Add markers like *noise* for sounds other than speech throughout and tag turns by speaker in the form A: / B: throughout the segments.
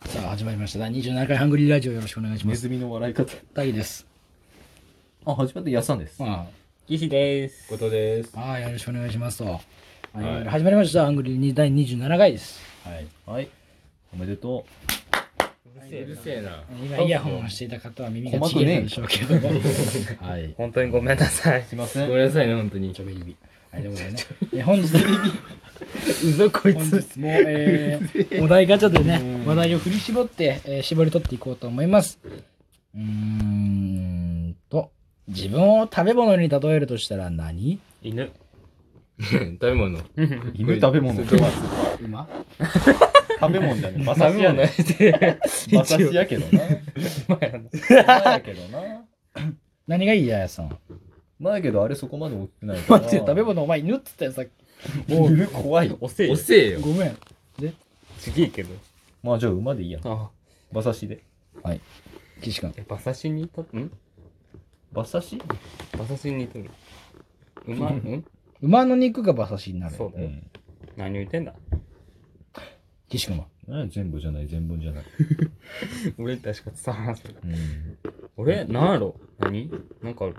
A: 始まりました。第27回ハングリーラジオよろしくお願いしま
B: ネ
A: す。
B: ズミの笑い方。
A: 大義です。
B: あ、始まってやっさんです。
A: ま
C: 岸です。
B: ことです。
A: あ、はい、よろしくお願いしますと。はい、始まりました。ハングリーに第27回です。
B: はい。はい。おめでと
C: うるせえな。
A: 今、イヤホンをしていた方は耳が
B: 細
A: ち
B: く
A: ぎれたで
B: ね
A: しょうけど *laughs* も。はい。
C: 本当にごめんなさい。
B: う。すいませ
C: ご
B: ん。
C: めんなさいね、本当に
A: ち。ょびりび。はい、ということでね。え本日、
C: うぞ、こい
A: 本日も、えー、お題ガチャでね、話題を振り絞って、えー絞り取っていこうと思います。うーんと、自分を食べ物に例えるとしたら何
C: 犬。食べ *laughs* 物。
B: 犬食べ物。食
A: 今
B: べ物じゃねえ。馬
C: 食
B: 刺し
C: べ
B: や
C: 物
B: ね。
C: て。
B: 馬刺しやけど *laughs* な。まあやけどな。
A: 何がいいややさん。
B: まあやけど、あれそこまで大きくないから。
A: 待って、食べ物お前犬っつったよ、さっき。
B: 犬怖い。
C: おせえ。おせえよ。
A: ごめん。
C: ちげえけど。
B: まあじゃあ馬でいいやん。
C: あ、
B: 馬刺しで。
A: 岸君。
C: え、馬刺しにいたん
B: 馬刺し
C: 馬刺しにいたの *laughs* 馬ん
A: 馬の肉が馬刺しになる。
C: そう
B: う
C: だよ。
B: ん。
C: 何を言ってんだ
A: 岸君は。
B: ね全部じゃない、全文じゃない。
C: 俺に確か伝わらんす
B: うん。
C: 俺、なんやろ何なんかある。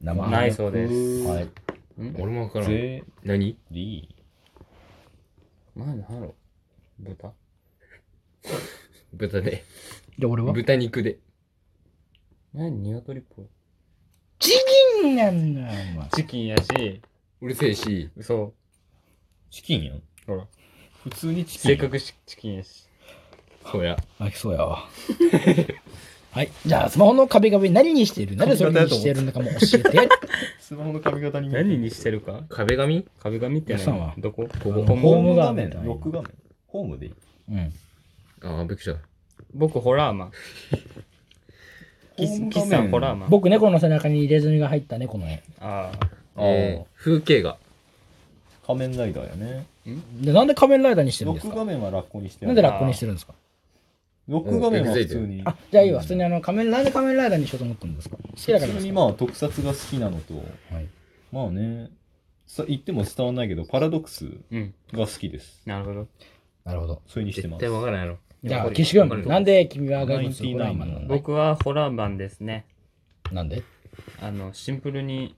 A: 生
C: ないそうです。
A: はい。
C: ん俺もわからん。
B: ゼ
C: 何
B: リ
C: まあ、なんやろ豚豚で。
A: じゃあ俺は
C: 豚肉で。何鶏っぽい。
A: チキンなんだよ、お前。
C: チキンやし、
D: うるせえし、
C: そ
B: チキンやん。
C: う。ほら。
B: 普通にチキン
C: せ
B: や
C: っ
B: ん。
C: かくしチキンやし。
D: そうや。
A: あ、そうやわ。 *laughs* はい。じゃあ、スマホの壁壁何にしているなんでそれにしているのかも教えて。
B: スマホの髪型に見える
C: 何にしてるか
D: 壁紙
C: 壁紙って
A: やさんは
C: 何どこ
A: ここ
C: ホーム
B: ホーム画
A: ホーム画
B: 面、
A: 面
B: ロック画面。ホームでいい。
A: *laughs* うん。
D: ああ、びっくりした。
C: 僕ホラーマン。キ
B: ホー
C: ス
B: ム
C: キ
B: 画
C: ス
B: 面
C: さんホラーマン。
A: 僕、猫の背中に入れ墨が入った猫の絵。
C: あ
D: えー、風景が。
B: 仮面ライダーやね。
A: で、なんで仮面ライダーにしてるん
B: ロ
A: で
B: ッ
A: す
B: ク
A: か
B: 画面はラッコにして
A: なんで
B: ロ
A: ラッコにしてるんですか
B: ック画面は普通に。
A: あ、じゃあいいわ。
B: うん
A: 普通にあの、仮面、なんで仮面ライダーにしようと思ったんですか好きだから
B: 普
A: で
B: 通
A: す
B: に
A: か
B: まあ特撮が好きなのと、
A: はい
B: まあね、さ言っても伝わんないけど、パラドックス
C: あ。うん。
B: が好きです。
C: なるほど。
A: なるほど。
B: それにして
D: 絶
B: ます
D: 対。わからんやろ。
A: じゃ
C: わ
A: あ、
C: かる
A: 岸君
D: わか、る
A: なんで君は外国人
B: 99
A: ホラーマンなの
C: 僕はホラーマンですね。
A: なんで
C: あの、シンプルに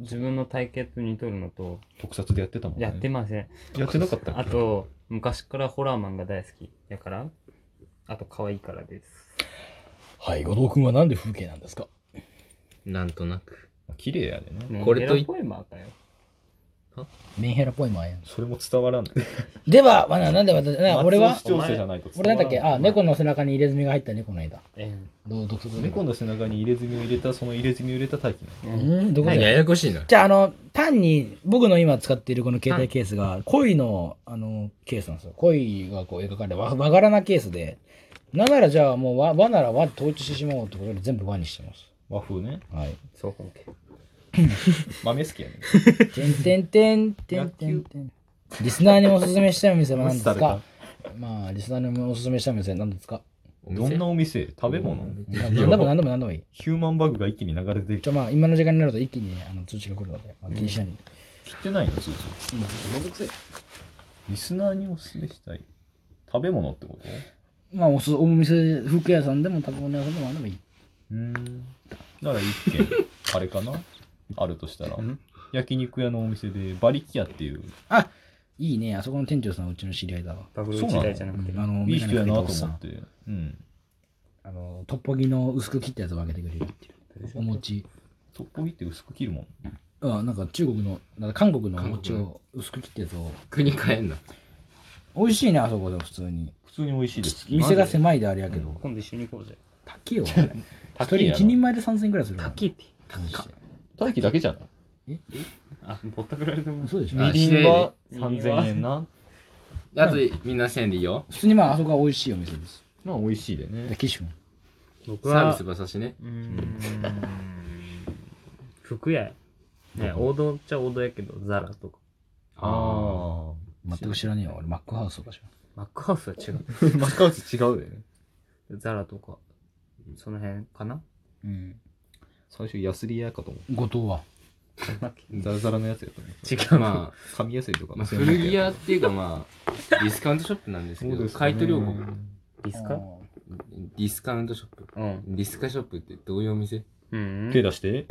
C: 自分の体型と似とるのと、
B: 特撮でやってたもんね。
C: やってません。
B: やってなかったっ
C: あ
B: け
C: と、昔からホラーマンが大好き。やから、あと可愛いからです。
A: はい、後藤君はなんで風景なんですか
D: なんとなく。
B: 綺麗やでね。
D: これと
C: メンヘ
D: い
C: ラポエマーかよ。
A: メンヘラっぽいもんやん。
B: それも伝わらん。
A: では、わな、なんで私、な俺は
B: 視、聴者じゃないと伝わ
A: 俺な
B: ら
A: んだっけ、あ、猫の背中に入れ墨が入った猫の絵だ。
C: え
A: どう、独特
B: 猫の背中に入れ墨を入れた、その入れ墨を入れたタイプなの。
C: え
A: うん、どこ
D: な
A: だ
D: んかや
A: よ
D: やこしいな。
A: じゃあ、あの、単に、僕の今使っているこの携帯ケースが、恋の、あの、ケースなんですよ。恋がこう描かれた、わ、わからなケースで、なんならじゃあもう、わ、わならわ、統治してしまおうってことで全部わにしてます。
B: 和風ね。
A: はい。
C: そう本家。
B: 豆好きやね。
A: てんてんてんてんてんてん。リスナーにおすすめしたいお店は何です
B: 無視さ
A: かまあ、リスナーにもおすすめしたいお店は何ですか
D: お
B: ど
D: 店
B: んなお店食べ物
A: 何でも何でも何でもいい。
B: ヒューマンバグが一気に流れてき
A: じゃあまあ、今の時間になると一気にねあの通知が来るので、まあ、気にしないで。
B: 切ってないの、通常。
A: 今ちょっとめんどくせえ。
B: リスナーにおすすめしたい。食べ物ってこと
A: まあ、おすお店、服屋さんでも食べ物屋さんでも何でもいい。
B: うーん。なら一軒、 *laughs* あれかなあるとしたら。焼肉屋のお店で、バリキアっていう、
A: あいいね、あそこの店長さん、うちの知り合いだわ。
C: バブル時代じゃなくて。
A: あの、
B: い
A: メ
B: い
A: ガ
B: 人
A: ネか
B: やな
A: け
B: と
A: た
B: 思
A: おっさ
B: っ
A: ん。
B: て。うん。
A: あの、トッポギの薄く切ったやつを分けてくれるっていう。お餅。
B: トッポギって薄く切るもん。
A: あなんか中国の、なんか韓国のお餅
D: 韓
A: を薄く切ったやつを。
D: 国変えんな。
A: 美味しいね、あそこでも普通に。
B: 普通に美味しいです。
A: 店が狭いであれやけど。
C: 今度一緒に行こうぜ。
A: 高いよ。あれ一人
B: いやろ
A: 一人前で3000円くらいするから。
C: キーピ
A: マジで
B: 大輝だけじゃない
C: あ、ぼったくられても
A: そうでしょ
D: あ
B: みりんは3000円な。
D: あと、みんなせんでいいよ。
A: 普通にまあ、あそこは美味しいお店です。
B: まあ美味しいでね。
A: キシュン。
C: 僕
D: サービ
C: は
D: ス、馬刺しね。
C: うーん、服屋や。ね、王道っちゃ王道やけど、ザラとか。
D: あ
B: *laughs* あ
A: 全く知らねえよ。俺、マックハウスとかしょ。
C: マックハウスは違う。
B: あ。マカウス違うでね。
C: ザラとか、その辺かな
A: うん。
B: 最初ヤスリ屋かと思う。
A: 後藤は
B: ザラザラのやつやと思う。
D: 違う。ま
B: 噛みやすいと
D: あ、
B: か。
D: まあ、古着屋っていうかまあ、ディスカウントショップなんですけど、買い取り王国。
C: ディスカ
D: ディスカウントショップ。
C: うん。
D: ディスカショップってどういうお店
C: うん。 *laughs*
B: 手出して。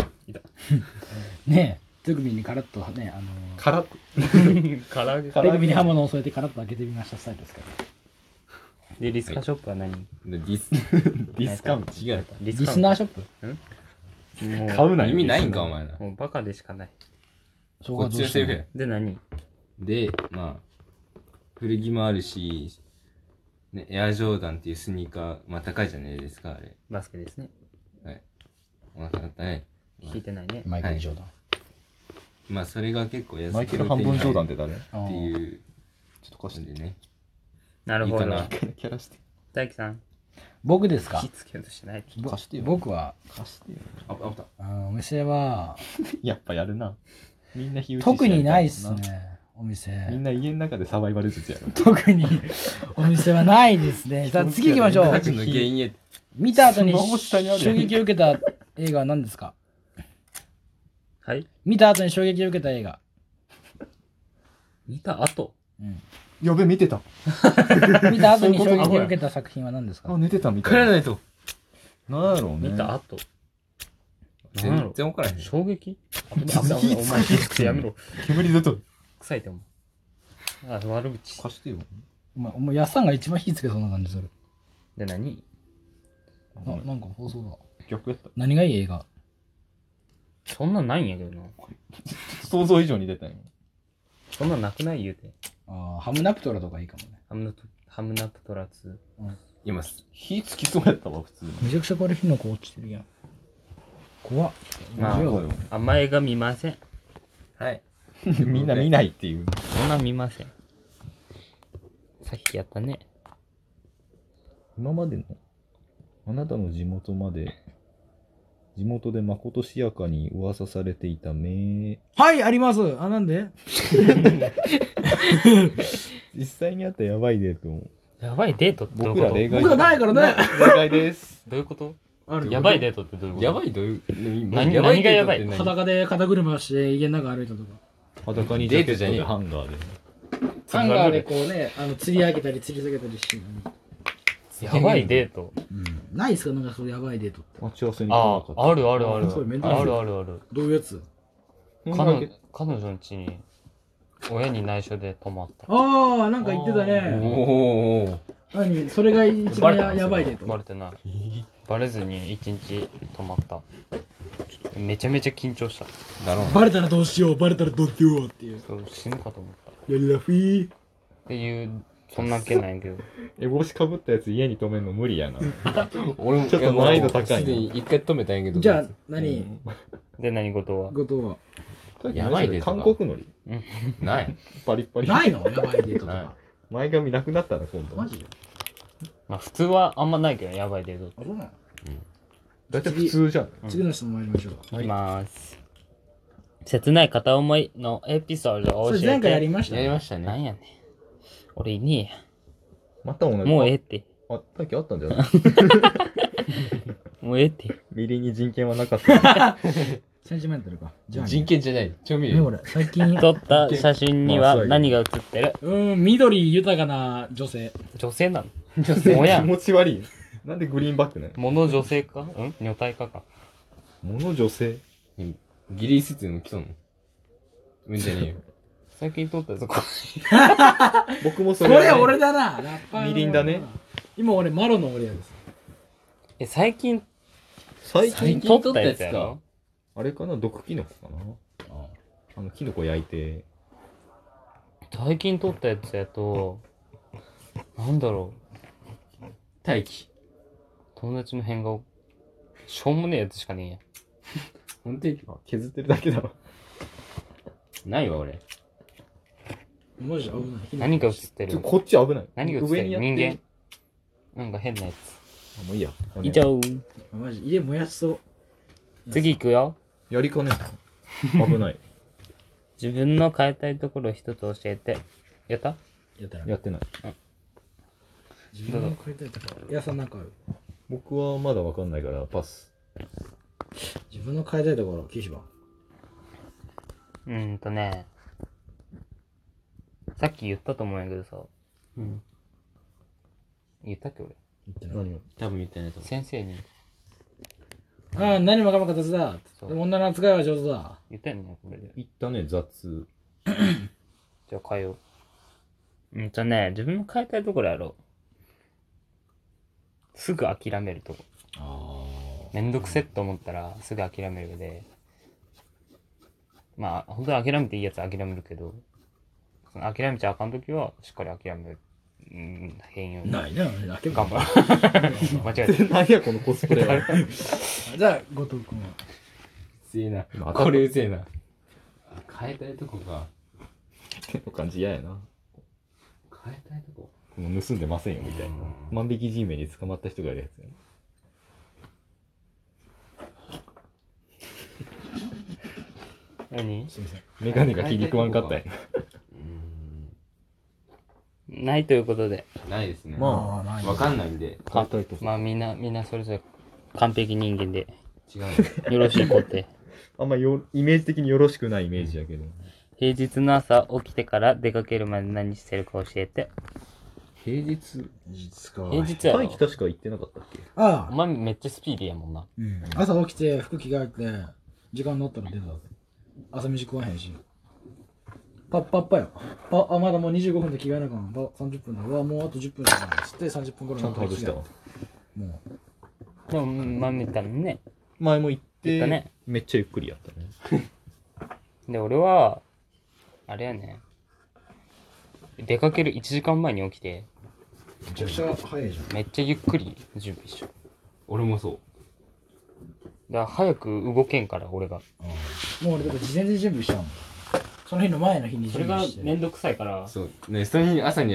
A: ねえ手首にカラッとねあの
B: から
C: 唐揚げ
A: 手首に刃物を添えてカラッと開けてみましたスタイルですから
C: で、ディスカショップは何
D: でディス、
B: ディスカウント違う。
C: デ
A: リスナーショップ
C: も
B: 買うな
D: 意味ないんか、お前ら。
C: もうバカでしかない。
A: そ
D: こっちのセリフや。
C: で、何
D: で、まあ、古着もあるし、ね、エアジョーダンっていうスニーカー、まあ高いじゃないですか、あれ。
C: バスケですね。
D: お腹だったね。
C: 聞いてないね。
A: マイケル・ジョーダ
D: まあ、それが結構安く
B: マイケル半分冗談って誰ちょ
A: ン、
D: って
A: うん
D: いう
B: っと貸
D: の
B: して。
D: でね。
C: なる
D: いい
C: ほ
D: か
C: ど。
D: な。
B: キャラして。
C: 大樹さん、
A: 僕ですか
C: 火つけようとしてない。
A: ぼ
B: 貸してよ
A: 僕は
B: 貸してよ。
D: あ、あった。
A: あのお店は
B: やっぱやるな。みんな火打ちしてやりた
A: 特にないっす
B: な。
A: ねお店
B: みんな家の中でサバイバル術やろ。
A: 特にお店はないです
B: *laughs*
A: ね。さあ次行きましょ
D: ガ
A: う。
D: チの原因へ。
A: 見た後に
B: スマホ下にある
A: 衝撃を受けた映画は何ですか
C: はい
A: 見た後に衝撃を受けた映画。
C: 見た後
A: うん
B: やべ、見てた。
A: 見た後に
B: そうい
A: 衝
B: うこと
A: 撃を受けた作品は何です
B: あ、
A: か
B: 寝てたみ
D: 帰
B: た
D: ら
B: いな。
D: ないと。
B: なんやろうね。
C: 見た後なんや
D: 全
C: ろ
D: 然怒らへん。
C: 衝 *laughs* 撃危ない危ない危ないお前、火つけてやめろ。
B: 煙出た。
C: 臭いと思う。あ、悪口。
B: 貸してよ。
A: お前、お前、やっさんが一番火つけそうな感じする。
C: で、何
A: ななんか放送だ。
B: 逆やった。
A: 何がいい映画
C: そんなんないんやけどな。
B: 想像以上に出たよ。
C: そんなんなくない言うて。
A: あーハムナプトラとかいいかもね。
C: ハムナプハムナプトラ2。
D: 今、
B: 火つきそうやったわ、普通に。
A: めちゃくちゃこれ火の粉落ちてるやん。怖っ。
C: まあ
A: 面白い
B: よ。
C: あんま映画見ません。
D: はい。
B: みんな見ないっていう。
C: そんなん見ません。さっきやったね。
B: 今までの、あなたの地元まで、地元でまことしやかに噂されていた名、
A: はい、あります。あ、なんで
B: 実際にあったやばいデートを。
C: やばいデートってどう
B: 僕
C: いう
B: ら
A: 僕
B: 例外
C: こと
A: はないからね。
B: 例外です。
C: どういうこと
A: ある
C: やばいデートってどういうこと
D: やばいどういう、
C: 何何がやばい
D: デートって何
A: 裸で肩車して家の中歩いたとか。
B: 裸に
D: デートじゃねえ
B: ジャケットでハンガーで。
A: ハンガーでこうね、あの釣り上げたり釣り下げたりしてるのに、
C: やばいデート。
A: ないっすかなんかそういうやばいデートって。
B: 待ち合わせに
C: あ
B: か
C: あ、あるあるある。
A: そう面倒な
C: あ
A: い
C: るあるある。
A: どういうやつ
C: 彼女彼女の家に、親に内緒で泊まった。
A: ああ、なんか言ってたね。
D: おー。
A: 何それが一番
D: バレた
A: や
D: の
A: やばいデー
C: バ
A: ト。
C: レてない。バレずに一日泊まった。めちゃめちゃ緊張した。
D: だろうな。
A: バレたらどうしよう、バレたらどうしようっていう。
C: そう死ぬかと思った。っ
A: やりラフィー。
C: ていう、そんなわけないけど。
B: え、帽子かぶったやつ家に止めるの無理やな。
D: 俺も
B: ちょっと難易度高いな
D: やもうすでに一回止めたんやけど。
A: じゃあ、何
C: で、何事は
A: 後藤は。
D: やばいデートだ
B: 韓国のり
D: ない。
B: パリッパリ。
A: ないのやばいデートと
D: ない
A: か。
B: 前髪なくなったな、今度。
A: マジで
C: まあ、普通はあんまないけど、やばいデートって。
A: あ、そうなの
B: だいたい普通じゃん。
A: 次の質問参りましょう。
C: いきまーす。切ない片思いのエピソード
A: そ
C: を教え
A: れ
C: て。
A: 前回やりました
D: やり
A: ね。
D: ました
C: なん
D: ね。
C: やねん。俺いね
B: また同
C: え
B: じ。
C: や。もうええって。
B: あ、あさっきあったんじゃ *laughs* ない
C: もうええって。
B: ミリに人権はなかった。
A: センチメンタルか。じゃあね、
D: 人権じゃない。調味
A: ね、
D: 料。
A: 俺、最近、
C: *laughs*
A: う
C: 撮った写真には何が写ってる
A: ーん、緑豊かな女性。
C: 女性なの女性もや
B: 気
C: ん。
B: 持ち悪い。なんでグリーンバックね。
C: もの女性かうん女体化か。
B: もの女性。
D: ギリースーツでも来たの。うんじゃねえよ。
C: 最近撮ったやつ、こ
B: 僕もそ
A: こ
B: れ、
A: れ俺だな。ラッパーの
B: みりんだね。
A: 今俺、マロの俺やです。
C: え、最近
B: 最
D: 最
B: 近、
D: 近
C: 撮
D: 撮
C: っ
D: っ
C: た
D: たや
C: や
D: つ
C: つ
D: か
C: やろ
B: あれかな毒キノコかなあの、キノコ焼いて。
C: 最近撮ったやつやと、なんだろう。
D: 待機。
C: 友達の変顔。しょうもねえやつしかねえや。
D: 本当に
B: あ削ってるだけだろ。
D: ないわ、俺。
A: マジで危ない。
C: 何が写って
B: ちょ
C: る
B: こっち危ない。
C: 何が映って
B: 上
C: る
B: にや
C: 人
B: って
C: 間。なんか変なや
B: あもういいや。
C: つ。以上。
A: マジ家燃やしそう。
C: 次行くよ。
B: やりかねえ。危ない。
C: 自分の変えたいところを一つ教えて。やった
A: やったら。
B: やってない。
A: 自分の買いたいとこ。いやさんなんかある
B: 僕はまだわかんないから、パス。
A: 自分の買いたいところ、岸場。
C: うーんとね、さっき言ったと思うんやけどさ、
E: うん。
C: 言ったっけ俺。
A: 言ってない
E: 何を
D: 多分言ってないと思
C: 先生に
A: ああ、何もかも形だ。
C: そう
A: 女の扱いは上手だ。
C: 言ったよね、これで。
B: 言ったね、雑。
C: じゃあ変えよう。うんとね、自分の変えたいところやろう。すぐ諦めるとこ。めんどくせって思ったらすぐ諦めるで。まあ、本当に諦めていいやつは諦めるけど、その諦めちゃあかんときはしっかり諦める。うん、変よ。
A: ないな、あけ
C: 頑張る。間違え
B: *laughs*
C: た。
B: 何や、このコスプレは。
A: じゃあ、後藤君は。
D: う。強いな。
B: また
D: これうぜえな。あ変えたいとこか。
B: の感じ嫌やな。
D: 変えたいとこ
B: この盗んでませんよ、みたいな。万引き G メに捕まった人がやるやつやな。
C: 何
A: すいません。
B: メガネが気に食わんかったやん。
D: うーん。
C: ないということで、
D: ないですね。
B: ま
A: ああ、ない
D: わかんないんで、
B: 変えたいとこ
C: まあみんな、みんなそれぞれ完璧人間で
D: 違うんで
C: よろしいこって。
B: あんまよイメージ的によろしくないイメージやけど。
C: 平日の朝起きてから出かけるまで何してるか教えて。
B: *laughs* 平日
A: 実か
C: 平日やろ
B: 大輝確か行ってなかったっけ
A: あ
C: お
A: あ、
C: 前めっちゃスピーディーやもんな。
A: うん。朝起きて、服着替えて、時間乗ったら出た。朝飯食わへんし。パッパッパよ。あ、あまだもう25分で着替えなあかん。ば30分だ。うわ、もうあと10分しかない。つって30分頃
B: ちゃんと外したわ。
A: も
C: でも、まあ見たのね。
B: 前も行っ
C: 行
B: て、
C: ったね
B: めっちゃゆっくりやったね。
C: で、俺は、あれやね。出かける1時間前に起きて、
A: う、めちゃくちゃ早いじゃん。
C: めっちゃゆっくり準備しよ
D: 俺もそう。
C: う。だから早く動けんから、俺が。
A: もう俺、だから事前に準備したもん。その日の前の日に
C: そ
A: 準
C: れが
A: 備して。
C: めんどくさいから、
D: そう。ね、その日朝に